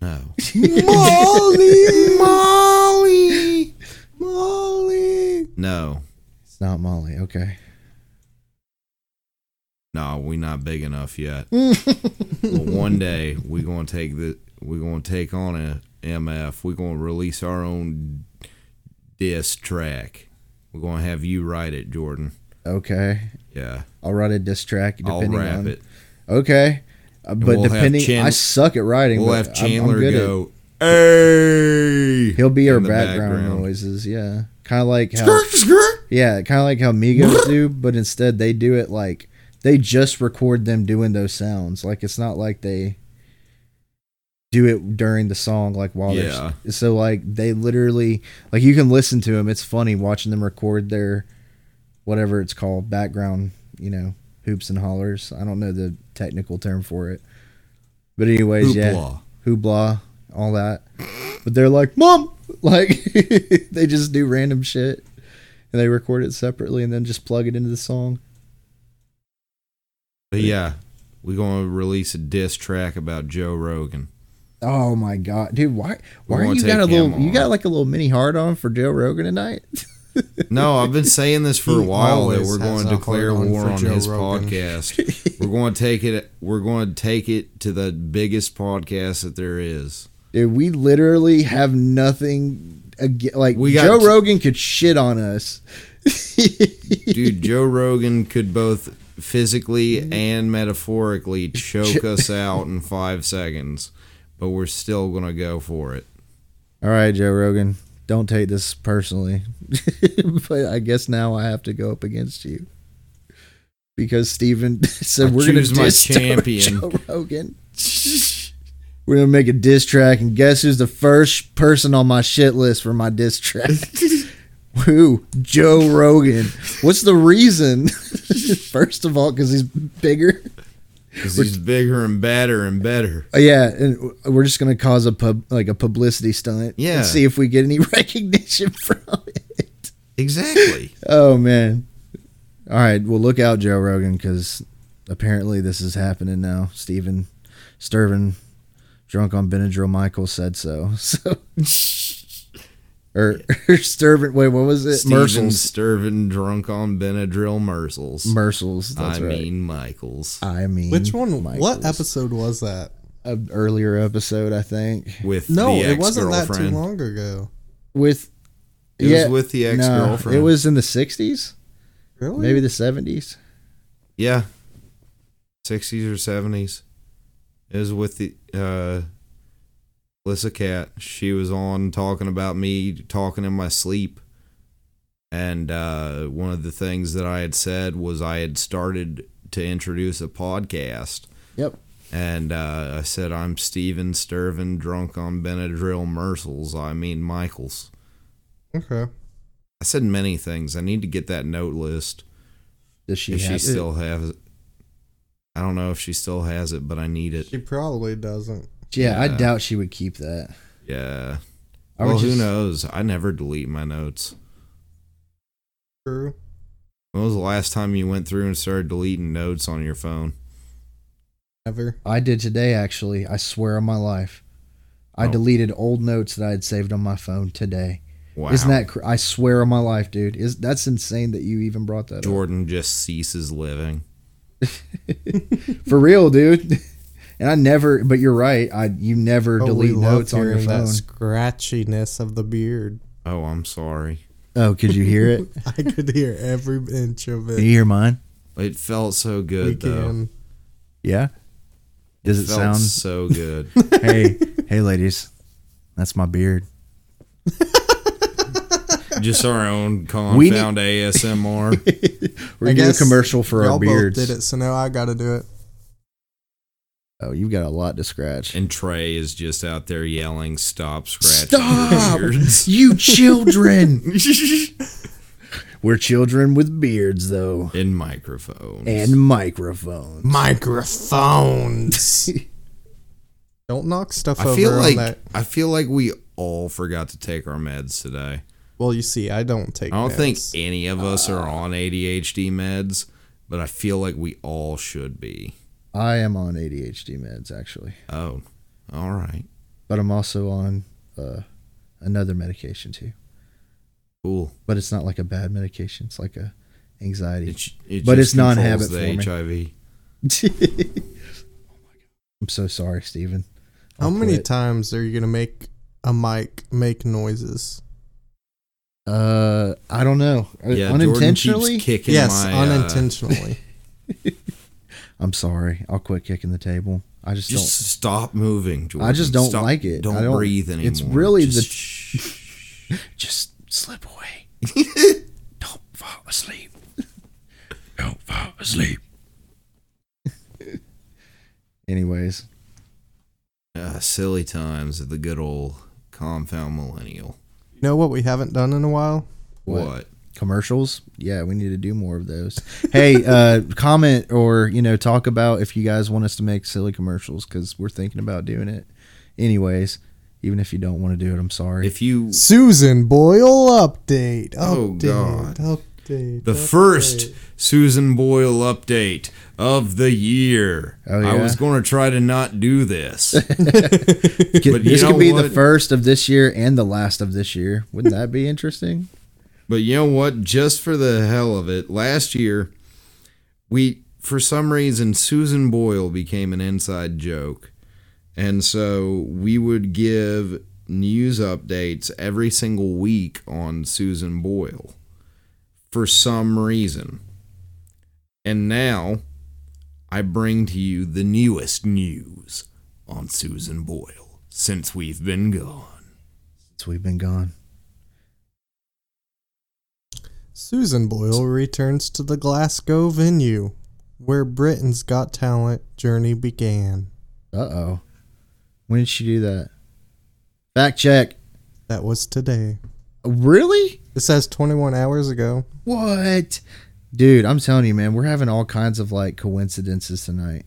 Speaker 1: No.
Speaker 3: <laughs> molly
Speaker 1: Molly!
Speaker 4: Molly.
Speaker 1: No.
Speaker 3: <laughs> it's not molly okay
Speaker 1: No, we not big enough
Speaker 3: <laughs>
Speaker 1: yet. but one day we gonna take the we gonna take on a MF. We gonna release our own diss track. We're gonna have you write it, Jordan.
Speaker 3: okay
Speaker 1: Yeah,
Speaker 3: i'll write a diss track depending
Speaker 1: I'll rap
Speaker 3: on
Speaker 1: it.
Speaker 3: okay Uh, but
Speaker 1: we'll have
Speaker 3: depending
Speaker 1: Chan-
Speaker 3: i suck at writing
Speaker 1: We'll
Speaker 3: but
Speaker 1: have
Speaker 3: I'm- I'm
Speaker 1: Chandler
Speaker 3: good at-
Speaker 1: go. Hey,
Speaker 3: He'll be
Speaker 1: in
Speaker 3: our
Speaker 1: the
Speaker 3: background,
Speaker 1: background.
Speaker 3: noises, yeah. Kind of like how, yeah, kind of like how Migos do, but instead they do it like they just record them doing those sounds. Like it's not like they do it during the song, like while
Speaker 1: Yeah.
Speaker 3: they're so like they literally like you can listen to them. It's funny watching them record their whatever it's called background, you know, hoops and hollers. I don't know the technical term for it, but anyways, yeah
Speaker 1: hoopla.
Speaker 3: hoopla, all that. But they're like, Mom! <laughs> Like, they just do random shit and they record it separately and then just plug it into the song.
Speaker 1: But yeah, we gonna release a diss track about Joe Rogan.
Speaker 3: Oh my God. Dude, why,
Speaker 1: We
Speaker 3: why
Speaker 1: wanna
Speaker 3: you got
Speaker 1: take
Speaker 3: a little,
Speaker 1: him
Speaker 3: you
Speaker 1: on.
Speaker 3: got like a little mini hard on for Joe Rogan tonight? <laughs>
Speaker 1: No, I've been saying this for a
Speaker 4: He
Speaker 1: while that
Speaker 4: always
Speaker 1: we're
Speaker 4: has
Speaker 1: going to
Speaker 4: a
Speaker 1: declare
Speaker 4: hard-on
Speaker 1: war
Speaker 4: for
Speaker 1: on
Speaker 4: Joe
Speaker 1: his
Speaker 4: Rogan. <laughs>
Speaker 1: podcast. we're going to take it. We're going to take it to the biggest podcast that there is.
Speaker 3: Dude, we literally have nothing. ag- Like,
Speaker 1: We got
Speaker 3: Joe
Speaker 1: t-
Speaker 3: Rogan could shit on us.
Speaker 1: Dude,
Speaker 4: <laughs>
Speaker 1: Joe Rogan could both
Speaker 4: Mm-hmm.
Speaker 1: physically and metaphorically choke us out in five seconds, but we're still going to go for it.
Speaker 3: All right, Joe Rogan, don't take this personally, <laughs> but I guess now I have to go up against you because Steven <laughs> said
Speaker 1: I
Speaker 3: we're going to
Speaker 1: choose my
Speaker 3: diss <laughs>
Speaker 1: champion."
Speaker 3: champion Joe Rogan. we're going to make a diss track, and guess who's the first person on my shit list for my
Speaker 1: <laughs>
Speaker 3: diss track? Who? Joe <laughs> Rogan. What's the reason? First of all, because he's bigger.
Speaker 1: Because he's bigger and badder and better.
Speaker 3: Uh, yeah, and w- we're just gonna cause a pub like a publicity stunt.
Speaker 1: Yeah.
Speaker 3: and see if we get any <laughs> recognition from it.
Speaker 1: Exactly.
Speaker 3: Oh man! All right, well look out, Joe Rogan, because apparently this is happening now. Stephen Sturvin, drunk on Benadryl, Michael said so. <laughs> So, <laughs> or, or Sturvin. Wait, what was
Speaker 1: <laughs>
Speaker 3: it?
Speaker 1: Steven
Speaker 3: Mercels.
Speaker 1: Sturvin drunk on Benadryl Mercels.
Speaker 3: Mercels. That's
Speaker 1: I
Speaker 3: right.
Speaker 1: mean Michaels.
Speaker 3: I mean,
Speaker 4: Which one? What
Speaker 3: Michaels.
Speaker 4: episode was that?
Speaker 3: An earlier episode, I think,
Speaker 1: With
Speaker 4: No,
Speaker 1: the
Speaker 4: it wasn't that too
Speaker 1: ex-girlfriend.
Speaker 4: long ago.
Speaker 3: with.
Speaker 1: It was with the
Speaker 3: no,
Speaker 1: ex-girlfriend. Oh,
Speaker 3: it was in the '60s,
Speaker 4: Really?
Speaker 3: maybe the '70s.
Speaker 1: Yeah. 60s or 70s. It was with the uh Lissa Cat. She was on talking about me talking in my sleep. And uh one of the things that I had said was I had started to introduce a podcast.
Speaker 3: Yep.
Speaker 1: And uh, I said, I'm Steven Sturvin, drunk on Benadryl Mercels. I mean, Michaels.
Speaker 4: Okay.
Speaker 1: I said many things. I need to get that note list.
Speaker 3: Does she?
Speaker 1: if she
Speaker 3: have it?
Speaker 1: still has it. I don't know if she still has it, but I need it.
Speaker 4: She probably doesn't.
Speaker 3: Yeah, I
Speaker 1: Yeah.
Speaker 3: doubt she would keep that.
Speaker 1: Yeah.
Speaker 3: I
Speaker 1: Well,
Speaker 3: would
Speaker 1: who
Speaker 3: just-
Speaker 1: knows? I never delete my notes.
Speaker 4: True.
Speaker 1: When was the last time you went through and started deleting notes on your phone?
Speaker 4: Ever.
Speaker 3: I did today, actually. I swear on my life, I
Speaker 1: Oh.
Speaker 3: deleted old notes that I had saved on my phone today.
Speaker 1: Wow.
Speaker 3: Isn't that? Cr- I swear on my life, dude. Is that's insane that you even brought that up
Speaker 1: Jordan just ceases living.
Speaker 3: for real, dude? <laughs> And I never. But you're right. I you never
Speaker 4: Oh, we
Speaker 3: delete
Speaker 4: love
Speaker 3: notes on your
Speaker 4: hearing
Speaker 3: phone.
Speaker 4: That scratchiness of the beard. <laughs>
Speaker 1: Oh, I'm sorry.
Speaker 3: Oh, could you hear it?
Speaker 4: I could hear every inch of
Speaker 3: Can
Speaker 4: it.
Speaker 3: you hear mine?
Speaker 1: It felt so good
Speaker 4: We
Speaker 1: though.
Speaker 4: can.
Speaker 3: Yeah. Does it
Speaker 1: felt
Speaker 3: sound? <laughs>
Speaker 1: so good?
Speaker 3: hey, hey, ladies, that's my beard.
Speaker 1: just our own confound
Speaker 3: We need- <laughs>
Speaker 1: ASMR.
Speaker 3: We're
Speaker 4: I
Speaker 3: gonna do a
Speaker 4: guess
Speaker 3: commercial for
Speaker 4: Y'all
Speaker 3: our beards.
Speaker 4: both did it, so now I got to do it.
Speaker 3: Oh, you've got a lot to scratch.
Speaker 1: and Trey is just out there yelling, "Stop scratching
Speaker 3: Stop! <laughs>
Speaker 1: your <laughs> beards."
Speaker 3: You <laughs> children! We're children with beards, though,
Speaker 1: in microphones.
Speaker 3: and microphones.
Speaker 4: Microphones. <laughs> Don't knock stuff over
Speaker 1: I feel
Speaker 4: on
Speaker 1: like
Speaker 4: that.
Speaker 1: I feel like we all forgot to take our meds today.
Speaker 4: Well, you see, I don't take.
Speaker 1: I don't think
Speaker 4: meds.
Speaker 1: any of us are
Speaker 3: Ah.
Speaker 1: on ADHD meds, but I feel like we all should be.
Speaker 3: I am on ADHD meds, actually,
Speaker 1: Oh, all right,
Speaker 3: but I'm also on uh, another medication too.
Speaker 1: cool.
Speaker 3: But it's not like a bad medication; it's like a anxiety.
Speaker 1: It, it
Speaker 3: But
Speaker 1: just
Speaker 3: it's not
Speaker 1: controls the
Speaker 3: habit for me.
Speaker 1: HIV.
Speaker 3: <laughs> oh my god! I'm so sorry, Steven.
Speaker 4: How
Speaker 3: I'll
Speaker 4: many
Speaker 3: quit.
Speaker 4: times are you gonna make a mic make noises?
Speaker 3: Uh, I don't know.
Speaker 1: Yeah, Jordan keeps
Speaker 3: unintentionally.
Speaker 1: kicking.
Speaker 4: yes,
Speaker 1: my, uh, <laughs>
Speaker 4: unintentionally.
Speaker 3: I'm sorry. I'll quit kicking the table. I just,
Speaker 1: just stop moving, Jordan.
Speaker 3: I just don't
Speaker 1: Stop-
Speaker 3: like it.
Speaker 1: Don't,
Speaker 3: I don't-
Speaker 1: breathe anymore.
Speaker 3: it's really
Speaker 1: Just
Speaker 3: the-
Speaker 1: shh.
Speaker 3: don't. Just slip <laughs> away. don't fall asleep. Don't fall asleep. <laughs> Anyways,
Speaker 1: Uh, silly times of the good old confound millennial.
Speaker 4: you know what we haven't done in a while?
Speaker 3: What?
Speaker 1: what?
Speaker 3: commercials. Yeah, we need to do more of those. hey, uh, <laughs> comment or you know talk about if you guys want us to make silly commercials because we're thinking about doing it. Anyways, even if you don't want to do it, I'm sorry.
Speaker 1: If you
Speaker 4: Susan Boyle update. update
Speaker 1: Oh, God.
Speaker 4: Update.
Speaker 1: the
Speaker 4: update.
Speaker 1: first Susan Boyle update of the year.
Speaker 3: Oh,
Speaker 1: I
Speaker 3: yeah?
Speaker 1: was going to try to not do
Speaker 3: <laughs>
Speaker 1: this.
Speaker 3: Could-
Speaker 1: But you
Speaker 3: <laughs> this
Speaker 1: know
Speaker 3: could be the
Speaker 1: what?
Speaker 3: first of this year and the last of this year. Wouldn't that be interesting?
Speaker 1: but you know what? Just for the hell of it, last year, we, for some reason, Susan Boyle became an inside joke. And so we would give news updates every single week on Susan Boyle for some reason. And now I bring to you the newest news on Susan Boyle since we've been gone.
Speaker 3: Since we've been gone.
Speaker 4: Susan Boyle returns to the Glasgow venue where Britain's Got Talent journey began.
Speaker 3: Uh oh. When did she do that? Fact check.
Speaker 4: That was today.
Speaker 3: Really?
Speaker 4: It says 21 hours ago.
Speaker 3: What? Dude, I'm telling you, man, we're having all kinds of like coincidences tonight.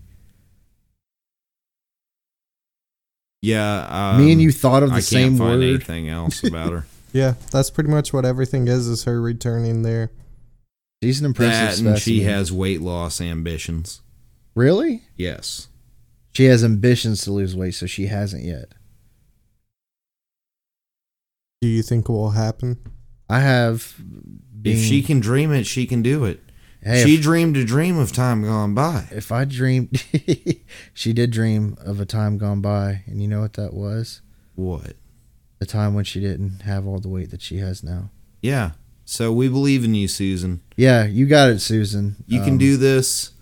Speaker 1: Yeah,
Speaker 3: Me
Speaker 1: um,
Speaker 3: and you thought of the
Speaker 1: I
Speaker 3: same
Speaker 1: can't find
Speaker 3: word.
Speaker 1: anything else about her.
Speaker 4: Yeah, that's pretty much what everything is. Is her returning there?
Speaker 3: She's an <laughs> impressive
Speaker 1: that and she
Speaker 3: specimen.
Speaker 1: has weight loss ambitions.
Speaker 3: really.
Speaker 1: Yes.
Speaker 3: She has ambitions to lose weight, so she hasn't yet.
Speaker 4: Do you think will happen?
Speaker 3: I have.
Speaker 1: If
Speaker 3: been-
Speaker 1: she can dream it, she can do it.
Speaker 3: hey,
Speaker 1: she
Speaker 3: if,
Speaker 1: dreamed a dream of time gone by.
Speaker 3: if I dreamed, <laughs> she did dream of a time gone by, and you know what that was?
Speaker 1: What?
Speaker 3: The time when she didn't have all the weight that she has now.
Speaker 1: Yeah. So we believe in you, Susan.
Speaker 3: Yeah, you got it, Susan.
Speaker 1: You can
Speaker 3: Um,
Speaker 1: do this,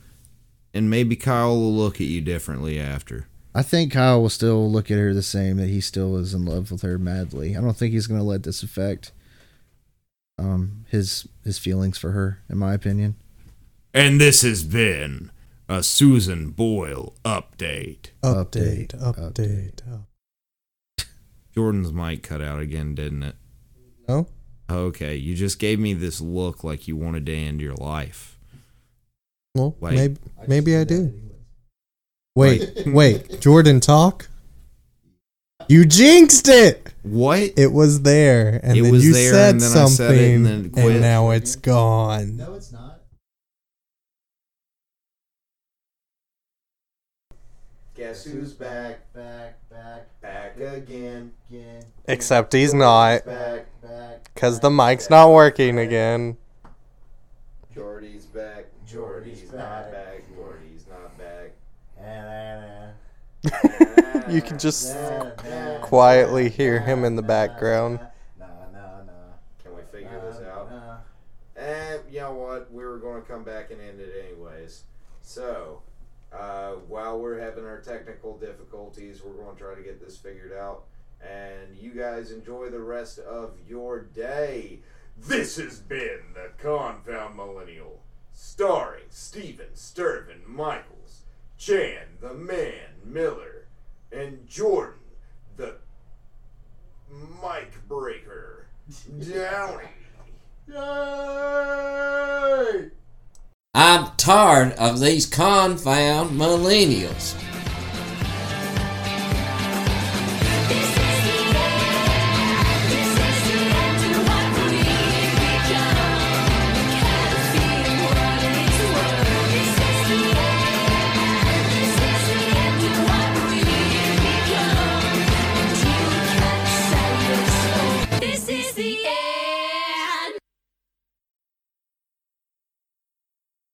Speaker 1: and maybe Kyle will look at you differently after.
Speaker 3: I think Kyle will still look at her the same that he still is in love with her madly. I don't think he's going to let this affect um his his feelings for her in my opinion.
Speaker 5: And this has been a Susan Boyle update.
Speaker 4: Update.
Speaker 3: Update,
Speaker 4: Update. up-
Speaker 1: Jordan's mic cut out again, didn't it?
Speaker 4: No.
Speaker 1: Okay, you just gave me this look like you wanted to end your life.
Speaker 4: Well,
Speaker 1: Wait.
Speaker 4: maybe maybe I do. Wait, wait, Jordan, talk. You jinxed it.
Speaker 1: What?
Speaker 4: It was there, and
Speaker 1: It
Speaker 4: then
Speaker 1: was
Speaker 4: you
Speaker 1: there,
Speaker 4: said
Speaker 1: and then I
Speaker 4: something,
Speaker 1: said it, and then it
Speaker 4: and,
Speaker 1: quit.
Speaker 4: now it's gone.
Speaker 3: No, it's not. Guess who's back, back, back, back again, again.
Speaker 4: Except he's not,
Speaker 3: Back, back.
Speaker 4: cause the mic's not working again.
Speaker 1: Jordy's back. Jordy's not back. Jordy's not back.
Speaker 4: <laughs> You can just quietly hear him in the background.
Speaker 1: Can we figure this out? Eh, you know what? We were going to come back and end it anyways. So, uh, while we're having our technical difficulties, we're going to try to get this figured out. And you guys enjoy the rest of your day.
Speaker 5: This has been the Confound Millennial, starring Steven Sturvin Michaels, Chan the Man Miller, and Jordan the Mic Breaker Downey. Yay!
Speaker 6: I'm tired of these confound millennials.